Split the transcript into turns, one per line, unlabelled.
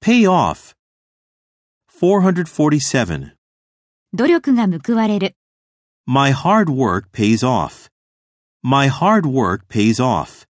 Pay off. 447.
努力が報われる。
My hard work pays off. My hard work pays off.